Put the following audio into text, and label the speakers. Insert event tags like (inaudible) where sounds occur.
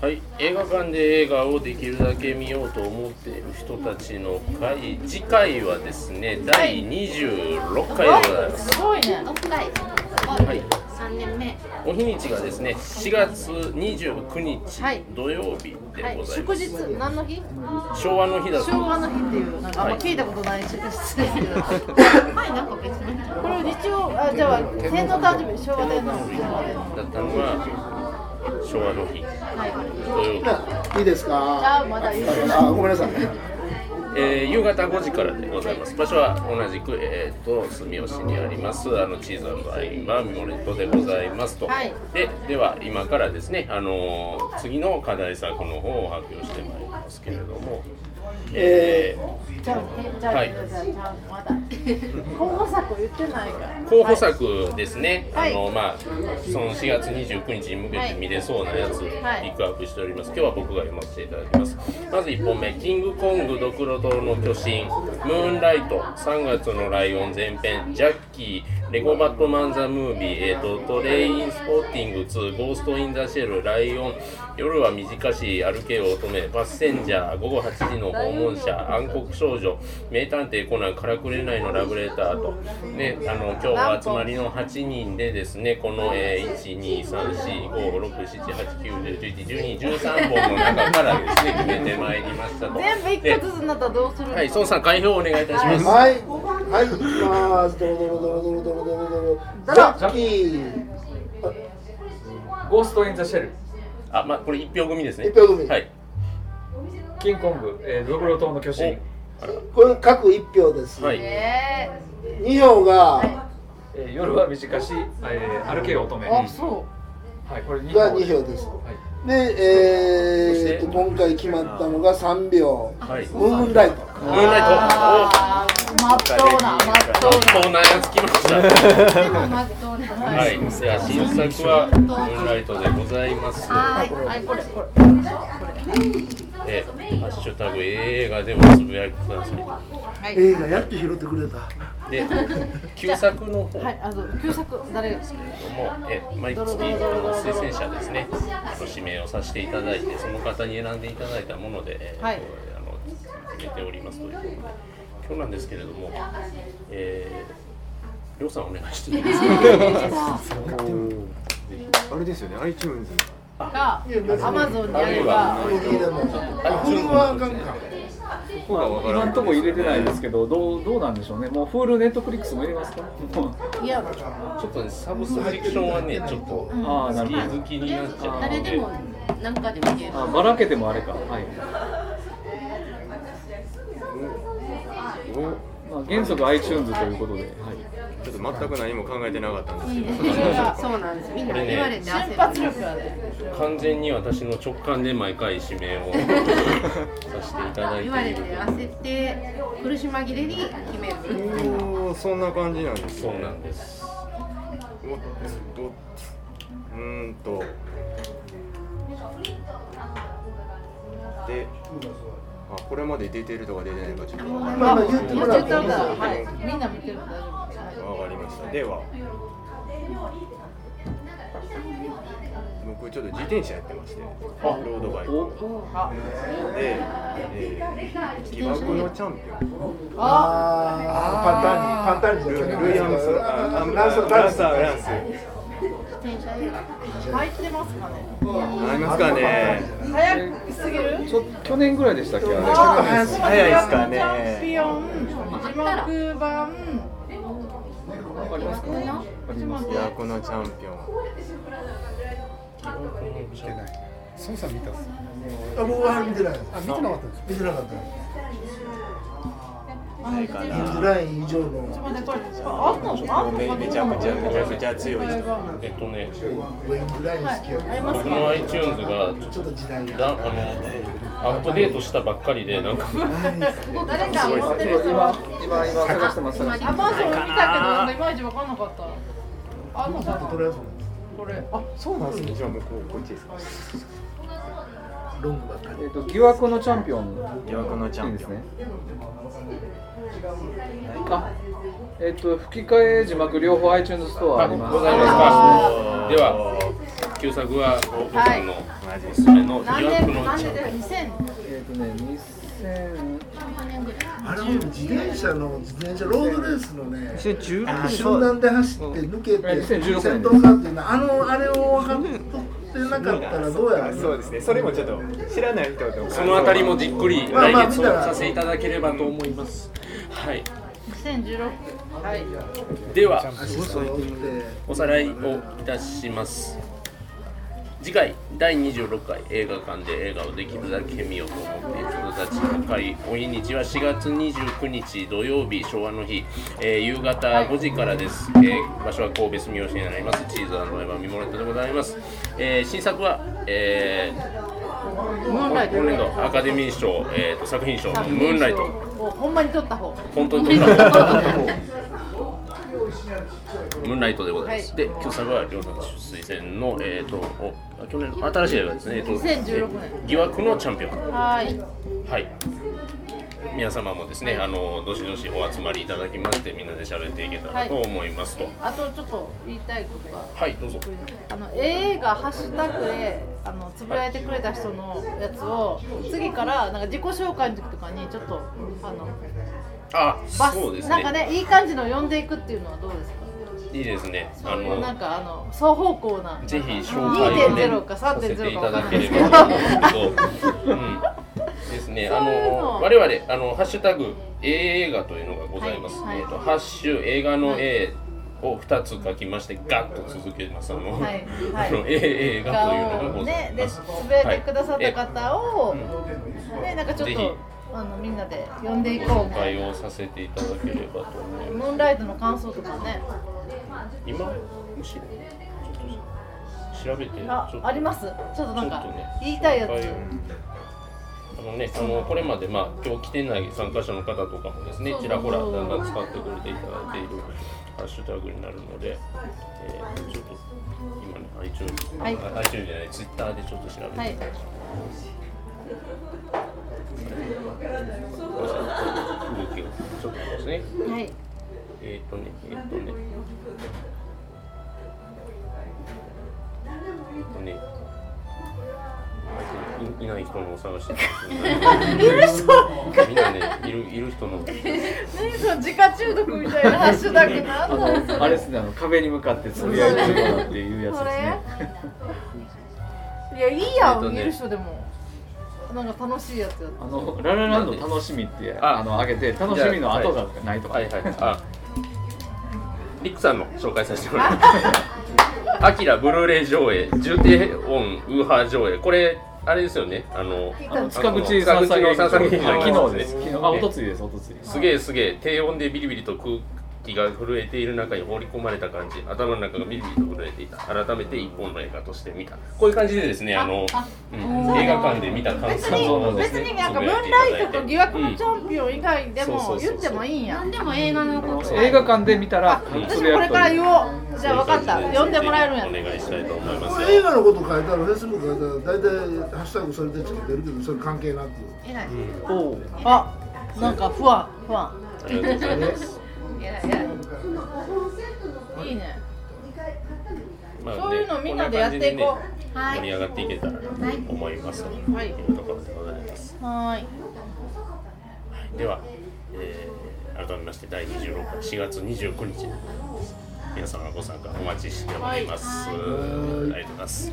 Speaker 1: はい、映画館で映画をできるだけ見ようと思っている人たちの会次回はですね第26回でございます、
Speaker 2: すごいね。
Speaker 3: 六回
Speaker 1: はい、
Speaker 3: 三年目
Speaker 1: お日にちがですね4月29日
Speaker 2: はい
Speaker 1: 土曜日
Speaker 2: は
Speaker 1: でご
Speaker 2: い、
Speaker 1: ざい
Speaker 2: 祝
Speaker 1: ます、
Speaker 2: 日、何の日
Speaker 1: 昭和の日だ
Speaker 2: 昭
Speaker 1: と
Speaker 2: 和の日っていう、なんかあんま聞いたことない祝日ですけど、
Speaker 3: 前なんか別に
Speaker 2: これ日曜、あじゃあ天皇誕生日、昭和天皇
Speaker 1: だったのが昭和の日
Speaker 2: はい、
Speaker 1: 土曜日、
Speaker 4: いいです
Speaker 2: じゃ
Speaker 4: か
Speaker 2: あまだ言う
Speaker 4: あごめんなさい
Speaker 1: えー夕方5時からでございます場所は同じく、えー、と住吉にありますあのチーズアイマミモレットでございますと、
Speaker 2: はい
Speaker 1: ででは今からですね、あのー次の課題作の方を発表してまいりますけれどもえー
Speaker 2: じゃあ、じゃあ、
Speaker 1: はい
Speaker 2: じゃあ、じゃあまだ候補作言ってないから
Speaker 1: 候補作ですね、
Speaker 2: はい
Speaker 1: あのまあその4月29日に向けて見れそうなやつピ
Speaker 2: はい
Speaker 1: ックアップしております今日は僕が読ませていただきますまず1本目「キングコングドクロ島の巨神」「ムーンライト」「3月のライオン」前編「ジャッキー」「レゴバットマン・ザ・ムービー」えーと「トレイン・スポーティング2」「ゴースト・イン・ザ・シェル」「ライオン」「夜は短し歩けよ乙女」「パッセンジャー」「午後8時の訪問者」「暗黒少女」「名探偵コナンからくれないのラブレターと」ねあの今日は集まりの8人でですねこの、えー、12345678910111213本の中からですね決めてまいりましたと。
Speaker 2: 全部一個ずつになったらどうするの、
Speaker 1: はい、孫さん、開票をお願いいたします。
Speaker 4: はいはい行きますドロドロドロドロドロドロドロザッキー
Speaker 5: ゴースト・イン・ザ・シェル、
Speaker 1: あ、まあ、これ一票組ですね。
Speaker 4: 一票組
Speaker 1: はい。
Speaker 5: キングコング、えー、ドクロ島の巨神、
Speaker 1: おあら
Speaker 4: これ各一票です
Speaker 1: はい。
Speaker 2: え
Speaker 4: 二票が
Speaker 5: えー夜は短し、えー、歩けよ乙女、
Speaker 2: ー、
Speaker 5: は
Speaker 2: あ、そ
Speaker 5: い、これ2
Speaker 4: が
Speaker 5: 票
Speaker 4: 二票です
Speaker 5: はい、
Speaker 4: でえー
Speaker 1: そして
Speaker 4: と今回決まったのが三票
Speaker 1: はい。ム
Speaker 4: ムーンライト
Speaker 2: う。
Speaker 1: ーンライト。
Speaker 2: あーまっとうな、まっと
Speaker 1: お、
Speaker 2: うな。
Speaker 1: そうなやつ来ました。
Speaker 3: でもまっとうな
Speaker 1: は。
Speaker 3: はい
Speaker 1: では、新作はムーンライトでございます。
Speaker 3: いはいこれこれ
Speaker 1: え、ハッシュタグ映画でもつぶやいてくださ
Speaker 4: 映画やって拾ってくれた
Speaker 1: い。で、旧作の方。
Speaker 2: はい、あの、旧作、誰 (laughs) が
Speaker 1: もうえ毎月あの推薦者ですねあの指名をさせていただいてその方に選んでいただいたもので、えー
Speaker 2: はい
Speaker 1: あの決めておりますということで今日なんですけれども、えー、りょうさんお願いしていいですか
Speaker 6: あれですよね iTunes
Speaker 2: が、アマゾンにあれば、
Speaker 4: これでも
Speaker 1: あ
Speaker 4: これはあかんか
Speaker 5: まあ、今んとこ入れてないですけど、どうどうなんでしょうね、もう Hulu、ネットフリックスも入れますか、
Speaker 2: いや、
Speaker 1: ちょっとねサブスクリプションはねちょっと
Speaker 5: ああ、な
Speaker 1: 好
Speaker 5: る
Speaker 1: き
Speaker 5: ほど
Speaker 1: 好きになっちゃうの
Speaker 3: 誰でもなんかでも言える
Speaker 5: あ、ばらけてもあれか、はい。まあ、原則 iTunes ということで、はい、
Speaker 6: ちょっと全く何も考えてなかったんですけど
Speaker 3: そうなんですみん
Speaker 1: こ
Speaker 3: な
Speaker 1: れね
Speaker 3: 言われて
Speaker 2: 瞬
Speaker 3: 焦
Speaker 2: 発
Speaker 3: る
Speaker 2: 力がね、
Speaker 1: 完全に私の直感で毎回指名
Speaker 3: (laughs)
Speaker 1: をさせていただい
Speaker 3: 言わ
Speaker 1: てい
Speaker 3: れて
Speaker 1: る
Speaker 3: 焦って苦し紛れに決める
Speaker 6: おーそんな感じなんです
Speaker 1: そうなん
Speaker 6: で
Speaker 1: です
Speaker 6: おっおっうーんとであこれまで出てるとか出てないとかちょっと分
Speaker 4: まあまあ言って
Speaker 2: もうち
Speaker 4: も
Speaker 2: ょ
Speaker 4: らっ
Speaker 2: ってと
Speaker 4: いい
Speaker 2: ん
Speaker 4: です
Speaker 2: だ、
Speaker 4: よ
Speaker 2: はい、みんな見てるの大丈夫です。はい
Speaker 6: かりましたでは僕ちょっと自転車やってましてロードバイクで、えー、疑惑のチャンピオン
Speaker 2: あ、
Speaker 4: あーパンタンにパンタンに
Speaker 6: ル
Speaker 4: じゃな
Speaker 6: ルイ・アームストロングああランサーランサーランス
Speaker 2: 入ってますかね。
Speaker 6: ありますかね
Speaker 2: 早すぎる。
Speaker 5: ちょ去年ぐらいでしたっけ、あ
Speaker 2: あ
Speaker 5: れ。
Speaker 6: 早い早いっすかね
Speaker 2: チャンピオン、字幕版、
Speaker 5: わかりますかあります
Speaker 6: いやこのチャンピオン
Speaker 7: 孫さん見たっす
Speaker 4: あ僕は見てない
Speaker 7: あ見てなかったです
Speaker 4: 見てなかった
Speaker 6: ないか
Speaker 4: ミッ
Speaker 6: な
Speaker 4: ドライン以上の
Speaker 2: これ、あんの、あんの
Speaker 6: め
Speaker 2: か
Speaker 6: めちゃくちゃめちゃくちゃ強い人
Speaker 1: えっとね
Speaker 4: ウェイブライン好きやけど
Speaker 1: 僕の iTunes がちょっと
Speaker 4: ちょっと時代が
Speaker 1: だあのアップデートしたばっかりでなんか
Speaker 2: 誰か持ってる人は
Speaker 5: 今、今、今探してます。探して
Speaker 2: ア
Speaker 5: ます
Speaker 2: マゾン見たけど、なんかいまいちわかんなかった。あんのか
Speaker 4: と
Speaker 2: な
Speaker 4: りあえず
Speaker 2: これ。あ、
Speaker 6: そうなんですねじゃあもうこうこっちですか
Speaker 4: ロングばっかり
Speaker 5: えっと、疑惑のチャンピオン。
Speaker 6: 疑惑のチャンピオン
Speaker 5: いいですね。あ、えっと吹き替え字幕両方 iTunes ストアあります。
Speaker 1: ございますかでは旧作はお父さんのおすすめの「
Speaker 2: 何
Speaker 1: 疑惑
Speaker 2: 年
Speaker 1: の
Speaker 2: 何
Speaker 1: うち
Speaker 2: 年です ?2000
Speaker 5: えっ、とね2000
Speaker 4: あれは自転車の自転車ロードレースのね
Speaker 8: 2016
Speaker 4: 集団で走って抜け
Speaker 5: あ2016
Speaker 4: て先頭かっていうのあのあれを張ってなかったらどうやろ
Speaker 6: そうですねそれもちょっと知らない人とか
Speaker 1: そのあたりもじっくり
Speaker 4: まあ
Speaker 1: 来
Speaker 4: まあ
Speaker 1: 月おさせていただければと思いますはい
Speaker 2: 2016はい
Speaker 1: では
Speaker 4: 足揃って。
Speaker 1: おさらいをいたします次回第26回映画館で映画をできるだけ見ようと思っている人たちの会お日にちは4月29日土曜日昭和の日、えー夕方5時からです、えー場所は神戸住吉になりますチーズエバーミモレットでございます、えー新作は、えー
Speaker 2: ムーンライト
Speaker 1: 今年度アカデミー賞、えーと作品賞の「ムーンライト」
Speaker 2: もうほんまに撮った方
Speaker 1: 本当に撮った方ムーンライトでございます。
Speaker 2: は
Speaker 1: で、今日さんは両さん推薦の、えっ、と、おあ去年の新しい映画ですね。えっと
Speaker 2: 2016年
Speaker 1: え疑惑のチャンピオン。
Speaker 2: はい
Speaker 1: はい。皆様もですね、あの、どしどしお集まりいただきまして、みんなで喋っていけたらと思いますと。はい、
Speaker 2: あとちょっと言いたいことが
Speaker 1: どうぞ。
Speaker 2: あの映画ハッシュタグであのつぶやいてくれた人のやつを次からなんか自己紹介の時とかにちょっとあの
Speaker 1: あ、
Speaker 2: バス、
Speaker 1: そうです
Speaker 2: なんか
Speaker 1: ね。
Speaker 2: ねいい感じの呼んでいくっていうのはどうですか
Speaker 1: いいですね。あ
Speaker 2: そういうなん
Speaker 1: の、
Speaker 2: かあの双方向な
Speaker 1: ぜひ紹介をね
Speaker 2: 2.0か
Speaker 1: させて
Speaker 2: 3.0
Speaker 1: い
Speaker 2: か
Speaker 1: た
Speaker 2: わか
Speaker 1: だ
Speaker 2: んな
Speaker 1: け
Speaker 2: い
Speaker 1: れ
Speaker 2: ですけ
Speaker 1: ば
Speaker 2: ど
Speaker 1: と思うんですけど。うんですね、あ
Speaker 2: そういうの
Speaker 1: の我々あのハッシュタグ映画というのがございます。
Speaker 2: はい
Speaker 1: えっ、とハッシュ映画の A を二つ書きましてガッと続けます。あの、
Speaker 2: はいはい
Speaker 1: あの A 映画というのがござい
Speaker 2: ねで
Speaker 1: ます。
Speaker 2: つぶやいてくださった方を、
Speaker 1: はい
Speaker 2: ねなんかちょっ
Speaker 1: ぜひ
Speaker 2: とあのみんなで呼んでい
Speaker 1: ご
Speaker 2: こう
Speaker 1: 紹介をさせていただければと思います。
Speaker 2: ムーンライトの感想とかね
Speaker 1: 今むしろちょっと調べてちょ
Speaker 2: あ
Speaker 1: っと
Speaker 2: ありますちょっとなんか
Speaker 1: ちょっとね
Speaker 2: 言いたいやつ、
Speaker 1: はいあのね、あのこれまで、まあ、今日来てない参加者の方とかもですね
Speaker 2: そうそうそう
Speaker 1: ちらほらだんだん使ってくれていただいているハッシュタグになるので、えーちょっと今ね iTunes、
Speaker 2: はい
Speaker 1: あ iTunes じゃない Twitter でちょっと調べて、
Speaker 2: はい
Speaker 1: (laughs) 動きをちょっとですね
Speaker 2: はい
Speaker 1: えっ、とねえっ、とねえっ、とねいいない人のを探してますね
Speaker 2: いる人
Speaker 1: みんなねいるいる人の
Speaker 2: 何その自家中毒みたいなハッシュタグな
Speaker 5: あ
Speaker 2: んなんそれ
Speaker 5: のあれですねあの壁に向かってつぶやいてるっていうやつですね
Speaker 2: いやいいや
Speaker 1: えっと
Speaker 2: ん、
Speaker 1: ね
Speaker 2: 見る人でもなんか楽しいやつやっ
Speaker 5: あのララランド楽しみって
Speaker 1: あ
Speaker 5: あの上げて楽しみの後がないとか、
Speaker 1: はいはい。あ、リックさんの紹介させてもらいます。アキラブルーレイ上映、重低音ウーハー上映、これあれですよね。あの
Speaker 5: あの塚口さん
Speaker 1: 塚口の三作品の
Speaker 5: 昨日です
Speaker 1: ね
Speaker 5: 昨日あおとついですおとつい
Speaker 1: すげえすげえ低音でビリビリと空気が震えている中に放り込まれた感じ頭の中がビリビリと震えていた改めて一本の映画として見たこういう感じでですねあのうん映画館で見た
Speaker 2: た
Speaker 1: 感
Speaker 2: 別
Speaker 1: 想
Speaker 5: そうなん
Speaker 2: に
Speaker 5: ですね
Speaker 2: 別になんかムーンライトと疑惑のチ
Speaker 1: ン
Speaker 2: ャンピオン以外で
Speaker 1: そ
Speaker 2: も
Speaker 1: うそうそうそう
Speaker 2: 言ってもいいんや
Speaker 3: 何でも映画の
Speaker 5: あ
Speaker 3: こ
Speaker 5: の
Speaker 3: と
Speaker 5: 映画館で見たら
Speaker 1: うん
Speaker 2: 私もこれから言
Speaker 5: う
Speaker 2: おうじゃあ分かった呼んでもらえるんや
Speaker 1: お願いしたいと思います
Speaker 4: こ
Speaker 1: よ
Speaker 4: れ映画のこと書いたら、フェイスブック書いたら、大体ハッシュタグそれでつけてるけど、それ関係なく。
Speaker 3: 偉い
Speaker 5: お
Speaker 2: あなんか不安不安
Speaker 1: ありがとうございます
Speaker 3: 偉い偉い
Speaker 2: いいね
Speaker 1: まあね
Speaker 2: そういうのみんなでやっていこ
Speaker 1: こん
Speaker 2: う
Speaker 1: な
Speaker 3: は
Speaker 1: 感じでね盛り
Speaker 3: い
Speaker 1: 上がっていけたらと思いますの
Speaker 2: はい
Speaker 1: でというところでございます
Speaker 2: はーい
Speaker 1: では、えー改めまして第26回4月29日皆様ご参加お待ちしております、ありがとうございます